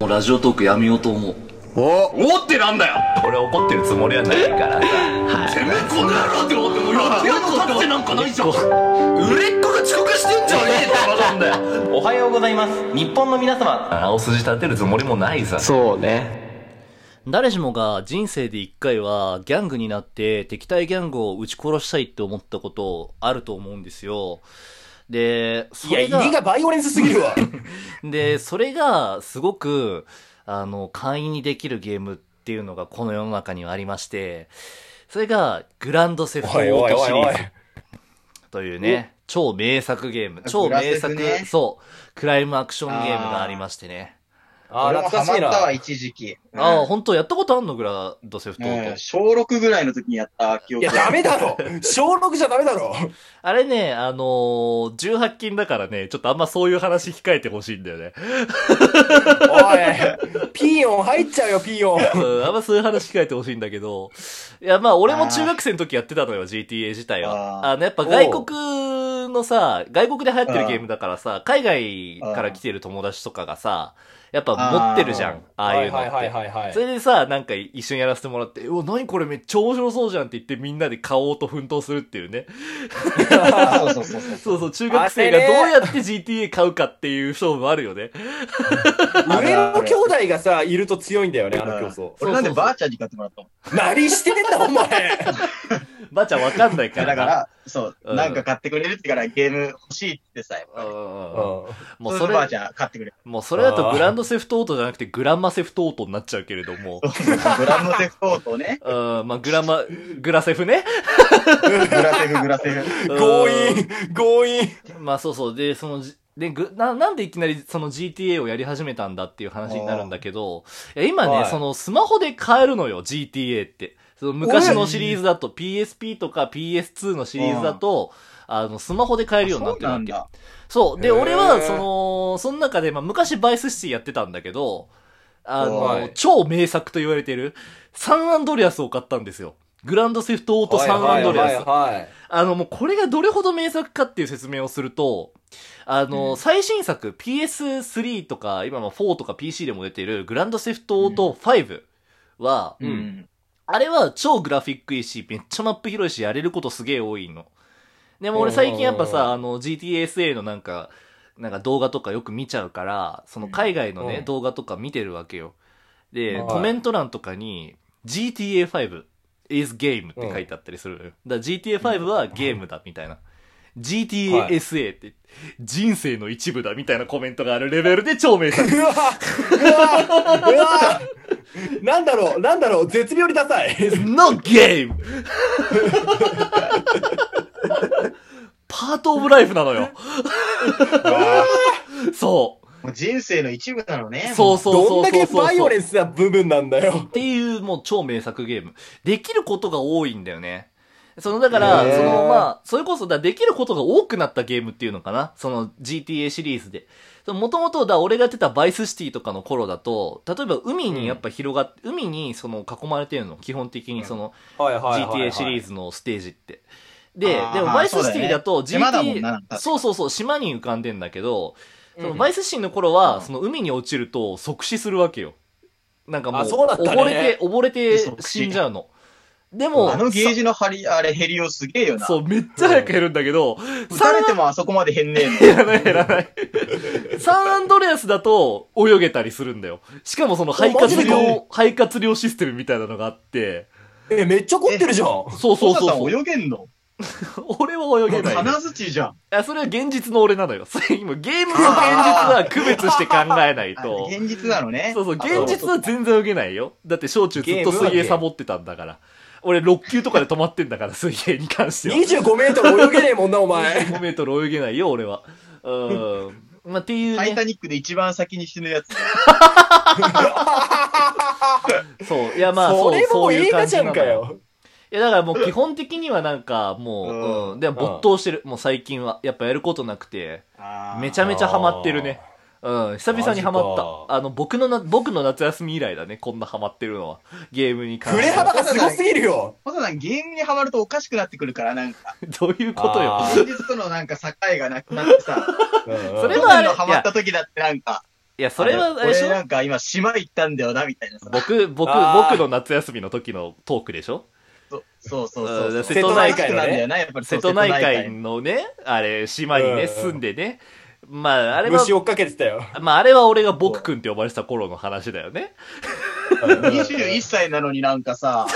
もうラジオトークやめようと思う。おおってなんだよ俺怒ってるつもりはないからさてめえこの野郎って思ってもうやってやるとってなんかないじゃん。売れっ子が遅刻してんじゃねえなんだよおはようございます日本の皆様青筋立てるつもりもないさそうね。誰しもが人生で一回はギャングになって敵対ギャングを撃ち殺したいって思ったことあると思うんですよ。で、そいや、れ入りがバイオレンスすぎるわ。で、それがすごく、あの、簡易にできるゲームっていうのがこの世の中にはありまして、それがグランドセフトオートシリーズというね、超名作ゲーム、超名作、グラセフねそう、クライムアクションゲームがありましてね。あー、俺も懐かしいハマったわ、な。一時期。ああ、うん本当やったことあんのグランドセフトオート。うん、小6ぐらいの時にやった記い憶や、ダメだろ。小6じゃダメだろ。あれね、あのー、18禁だからね、ちょっとあんまそういう話控えてほしいんだよね。おい。ピーヨン入っちゃうよ、ピーヨン。うん、あんまそういう話控えてほしいんだけど。いや、まあ、俺も中学生の時やってたのよ、GTA 自体は。ああーの、やっぱ外国のさ、外国で流行ってるゲームだからさ、海外から来てる友達とかがさ、やっぱ持ってるじゃん、ああいうのはいはいって。はいはいそはい。れでさ、なんか一緒にやらせてもらって、うわ、何これめっちゃ面白そうじゃんって言ってみんなで買おうと奮闘するっていうね。だ。そうそうそうそう。そうそう、中学生がどうやって GTA 買うかっていう勝負あるよね。上の兄弟がさ、いると強いんだよね、あの競俺なんでばあちゃんに買ってもらったもん。争。何してんだ、お前。ばあちゃんわかんないいかやらだかな。ら、そうう、んなんか買ってくれるってからゲーム欲しいってさ、やっぱうんうりんうんうもうそそれでばあれ、ちゃん買ってくれ。もうそれだとグランドセフトオートじゃなくてグランマセフトオートになっちゃうけれども。グランドセフトオートね。うん、まあグラマ、グラセフね。グラセフ、グラセフ。ん。強引、強引。うん。まあそうそう。で、その、じで、ぐ、な、なんでいきなりその GTA をやり始めたんだっていう話になるんだけど、いや今はねい、そのスマホで買えるのよ、GTA って。その昔のシリーズだと PSP とか PS2 のシリーズだと、あの、スマホで買えるようになってるそうわんけ。だ。そう。で、へー俺は、その、その中で、まあ、昔バイスシティやってたんだけど、あはのい、超名作と言われてる、サンアンドレアスを買ったんですよ。グランドセフトオートサンアンドレアス。はいはいはいあの、もうこれがどれほど名作かっていう説明をすると、あの、最新作 PS3 とか、今の4とか PC でも出てるグランドセフトオート5は、ううんん。あれは超グラフィックいいし、めっちゃマップ広いし、やれることすげえ多いの。でも俺最近やっぱうんさ、あの GTSA のなんか、なんか動画とかよく見ちゃうから、その海外のね、うん動画とか見てるわけよ。で、はいコメント欄とかに、GTA5 is game って書いてあったりするのよ。だから GTA5 はゲームだ、みたいな。GTSA って、人生の一部だ、みたいなコメントがあるレベルで超名作。うわうわうわなんだろうなんだろう絶妙にダサいのゲームパートオブライフなのよ。そもう人生の一部なのねう。。そうそうどそんうだそけうそう。バイオレンスな部分なんだよっていうもう超名作ゲーム。できることが多いんだよね。そのだから、へーそのまあ、それこそだ、できることが多くなったゲームっていうのかなその GTA シリーズで。もともとだ、俺がやってたバイスシティとかの頃だと、例えば海にやっぱ広がって、海にその囲まれてるの、基本的にその、はいはいはい、はい、 GTA シリーズのステージって。で、あーでもバイスシティだとそうだ GTA、よね島だもんななんかそうそうそう、島に浮かんでんだけど、そのうんバイスシティの頃は、その海に落ちると即死するわけよ。なんかもう、あそうだったね溺れて、溺れて即死死んじゃうの。でも、あのゲージの張り、あれ減りよすげえよさな。そう、めっちゃ早く減るんだけど、撃たれてもあそこまで減んねえの。減らない減らない。サンアンドレアスだと泳げたりするんだよ。しかもその肺活おマジ量、肺活量システムみたいなのがあって、えめっちゃ凝ってるじゃんそうそうそうそう。小田さん泳げんの 俺は泳げない。金槌じゃん。いや、それは現実の俺なのよ。 それ今、ゲームと現実は区別して考えないあと。現実なのねそ。うそう、現実は全然泳げないよ。だって小中ずっと水泳サボってたんだから。俺6級とかで止まってんだから、水 泳に関しては。 25メートル泳げねえもんなお前5メートル泳げないよ、俺は。うーん。まあ、っていうタイタね。ニックで一番先に死ぬやつ。そう。いや、まあ、そそう、れもそううい映う画感じじなゃんのかよ。よいや、だからもう基本的にはなんか、もう、うん。でも没頭してる。もう最近は。やっぱやることなくて。めちゃめちゃハマってるね。うん、久々にハマっマジた。あの、僕のな、僕の夏休み以来だね、こんなハマってるのは。 ゲームに関触しれては。幅がすごすぎるよホタさん、ゲームにハマるとおかしくなってくるから、なんか。 どういうことよあ。ー現実とのなんか境がなくなってさ、そそれホはあタれのハマった時だってなんか、いや、それは、あれでし俺ょなんか今島行ったんだよな、みたいなさ。僕、僕、僕あーの夏休みの時のトークでしょそうそうそうそううんそう。瀬戸内海のねなんだよな、やっぱりそう。瀬戸内瀬海のね、あれ、島にうんうね、ん住んでね。まあ、あれは虫、追っかけてたよ。まあ、あれは俺が僕くんって呼ばれてた頃の話だよね。戸内海21歳なのになんかさ、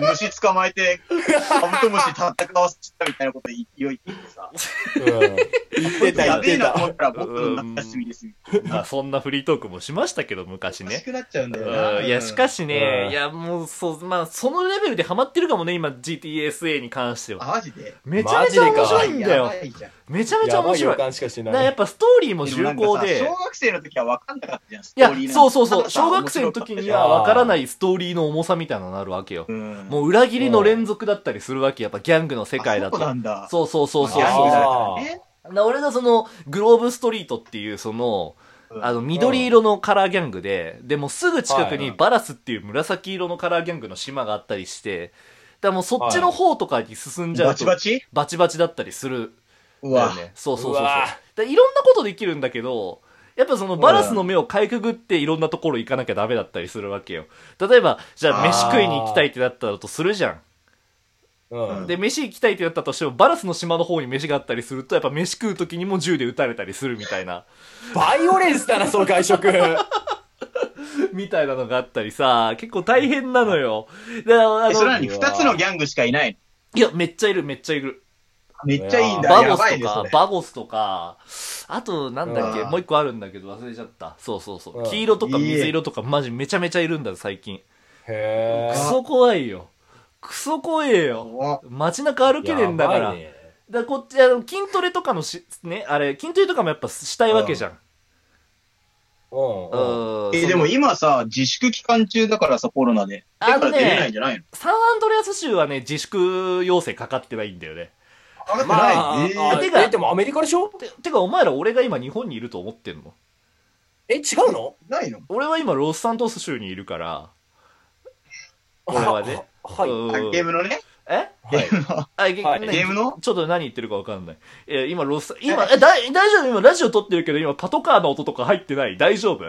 虫、虫捕まえて、カブトムシ叩かわせたみたいなこと勢い言ってさ、言ってた、言やっべえてなたと。思ったら僕の夏休みです。まあ、そんなフリートークもしましたけど、昔欲しね。くなっちゃうんだよな。うんいや、しかしねう、んいや、もう、そう、まあ、そのレベルでハマってるかもね、今、GTSA に関しては。あ、マジでめちゃめちゃマジでか面白いんだよや。ばいじゃん。めちゃめちゃや面ばい白い。だ予か感しかしらなやっい。ぱストーリーもでも重なんかさ厚で。小学生の時は分かんなかったじゃん、スいトやーリー、なんかそうそうそう。小学生の時には分からい。ないストーリーの重さみたいなのあるわけよ。うん。もう裏切りの連続だったりするわけ、やっぱギャングの世界だとあそう。なんだ。そうそうそうそう。ギャングだだからね。から俺がその、グローブストリートっていうその、うんあの、緑色のカラーギャングで、でもすぐ近くにバラスっていう紫色のカラーギャングの島があったりして、だからもうそっちの方とかに進んじゃバうチと、バチバチバチだったりするうだわよ。ね。そうそうそうそううだわからいろんなことできるんだけど、やっぱそのバラスの目をかいくぐっていろんなところ行かなきゃダメだったりするわけよ。例えば、じゃああー飯食いに行きたいってなったらとするじゃうんん。で、飯行きたいってなったとしても、バラスの島の方に飯があったりすると、やっぱ飯食う時にも銃で撃たれたりするみたいな、 バイオレンスだな、その外食。みたいなのがあったりさ、結構大変なのよ。だから、あえ、それなの、のに二つのギャングしかいないのいや、めっちゃいる、めっちゃいる。めっちゃいいんだ。バやゴばスいとね、そかれ、。バゴスとか、あと、なんだっけ、うんもう一個あるんだけど忘れちゃった。そうそうそうう。ん黄色とかいいえ水色とかマジめちゃめちゃいるんだよ、最近。へクーソ怖いよ。クソ怖えよ。お街中歩けねえんだから。やばいだかねらこっち、あの、筋トレとかのし、ね、あれ、筋トレとかもやっぱしたいわけじゃん。うんううん。ん。そえ、のでも、今さ、自粛期間中だからさ、コロナで。あだのかねら出れないんじゃないのサンアンドレアス州はね、自粛要請かかってないんだよね。上がってまあ、ない。えーあてかえ、でもアメリカでしょて、てかお前ら俺が今日本にいると思ってんのえ、違うのないの俺は今ロスサントス州にいるから、俺は ね。はうい。んあゲームのね。えはい。あ、ゲはいねゲームのちょっと何言ってるかわかんない。え、今、ロス、今、え、だい、大丈夫今、ラジオ撮ってるけど、今、パトカーの音とか入ってない大丈夫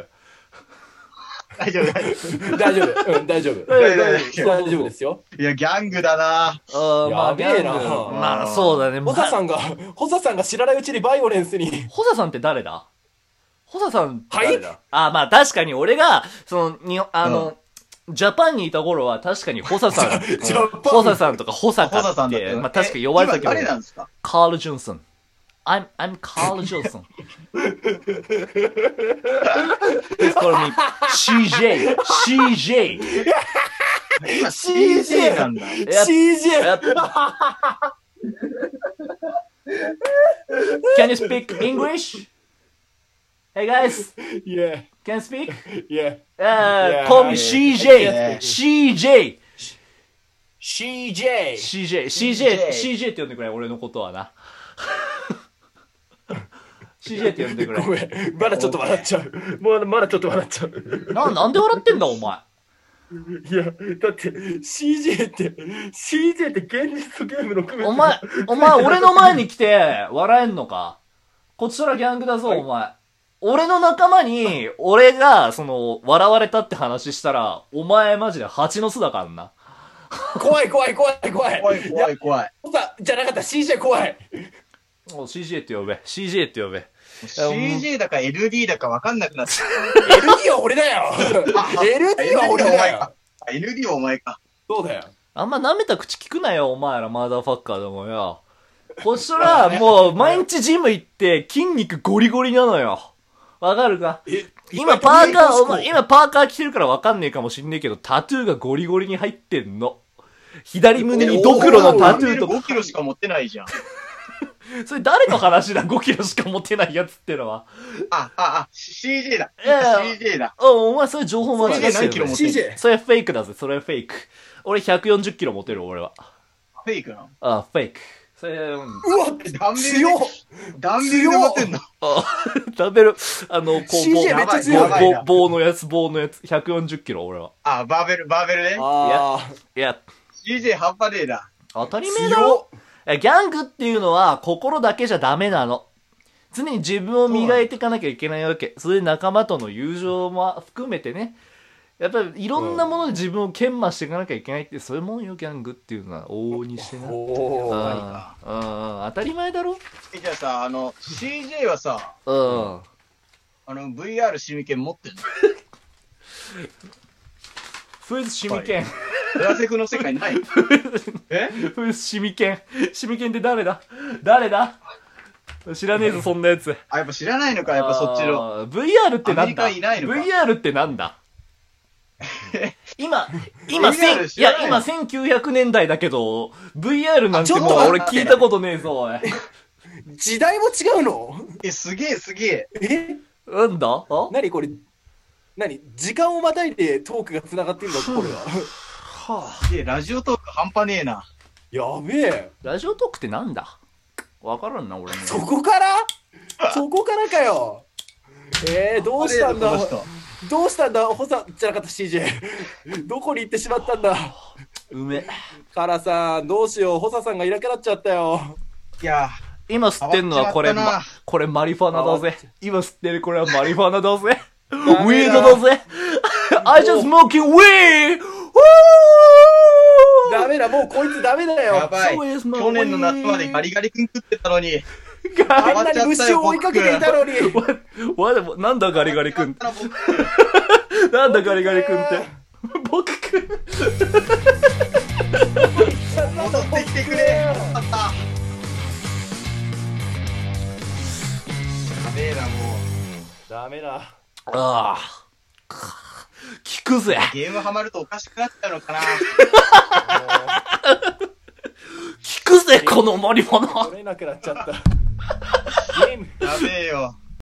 大丈夫、大大丈丈夫。うん、大丈夫。 いやいやいや大丈夫ですよ。夫。いや、ギャングだなあーまあ、やべえギなャングまあ、そうだね。ホサさん。んが、ホサさんが知らないうちにバイオレンスに。ホサさんって誰だホサさん、はい誰だあ、まあ、確かに俺が、その、に、あの、ジャパンにいた頃は確かにホサ さん、ジャパンホサさんとかホサホカサさっ、んだってて。まあ確かに呼ばれたえけ今ど、誰なんですかカール・ジョンソン。I'm, I'm Carl Johnson. Please call me CJ, CJ. 今 CJ なんだ。や CJ! Yep. Can you speak English? Hey guys, Yeah, can you speak? yeah. Uh, call me Yeah. CJ, CJ, CJ! CJ, CJ, CJ って呼んでくれ、俺のことは な。CJ って呼んでくれご。めん、まだちょっと笑っちゃう。まだ、まだちょっと笑っちゃう。な、なんで笑ってんだ、お前。いや、だって CJ って、CJ って現実とゲームの組み合おわせ前、お前、俺の前に来て、笑えんのかこっちとらギャングだぞ、お前。俺の仲間に、俺が、その、笑われたって話したら、お前マジで蜂の巣だからな。怖い怖い怖い怖い。怖い怖い。い怖い。ホサじゃなかった、CJ 怖い。お CJ って呼べ、CJ って呼べ。 CJ だか LD だか分かんなくなっちゃ LD は俺だよ !LD はう。俺おだ前よか。LD お前か。そうだよ。あんま舐めた口聞くなよ、お前ら、マーダーファッカーでもよ。こっちとら、もう、毎日ジム行って、筋肉ゴリゴリなのよ。わかるかえ今パーカー、お前今、今パーカー着てるからわかんねえかもしんねえけど、タトゥーがゴリゴリに入ってんの。左胸にドクロのタトゥーとか。 5キロしか持ってないじゃん。それ誰の話だ ?5 キロしか持ってないやつってのは。あ、あ、あ、CJ だ。いやいや CJ だ。うん、お前それ情報間違えそれ何てキロる持ねってんの CJ。それフェイクだぜ、それフェイク。俺140キロ持てる、俺は。フェイクなのあ、フェイク。それ、うんうわダンベルで強っダンベルで持ってんのあ、食べる。あの、こう、 CJ めっちゃ強棒いやばい棒な棒のやつ、棒のやつ。140キロ、俺は。あ、バーベル、バーベルね。あいや、 CJ 半端ねえな。当たりー、前だろ強っえギャングっていうのは心だけじゃダメなの。常に自分を磨いていかなきゃいけないわけ。それで仲間との友情も含めてね、やっぱりいろんなもので自分を研磨していかなきゃいけないって、そういうもんよ、ギャングっていうのは往々にしてな。おうんうーん当たり前だろえじゃあさ、あの、CJ はさ、うん。あの、VR シミケン持ってんのフーズシミケン。 フグラセクの世界ないえーズシミケン。シミケンって誰だ誰だ知らねえぞ、そんなやつ。あ、やっぱ知らないのか、やっぱそっちの。あー VR ってなんだアメリカいないのか ?VR ってなん だ今、今、せん VR い知らないや、今1900年代だけど、VR なんてもうちょっと俺聞いたことねえ ぞ、おい。時代も違うのえ、すげえすげえ。えなんだあ何これ何時間をまたいでトークが繋がってんのこれは。すげえ、ラジオトーク半端ねえな。やべえ。ラジオトークってなんだわからんな、俺も。そこからそこからかよ。えー、どうしたんだこの人どうしたんだホサじゃなかった CJ。どこに行ってしまったんだうめえ。カラさん、どうしよう。ホサさんがいなくなっちゃったよ。いや、今吸ってんのはこれ、変わっちゃまったな、これマリファナだぜ。今吸ってるこれはマリファナだ ぜ。ウメィーだドだぜ。I just smoking weed! ダメだ、もうこいつダメだやよ。ばい。そうですもん去年の夏までガリガリ君食ってたのに。 あんなに虫を追いかけていたのに。わ、わなんだガリガリ君って。あ僕なんだガリガリ君って。 僕くん。戻ってきてくれ。よかった。やべえな、もう。ダメだ。ああ。聞くぜ。ゲームハマるとおかしくなっちゃうのかな。聞くぜ、このマリファナ。 取れなくなっちゃった。ゲーム。やべえよ。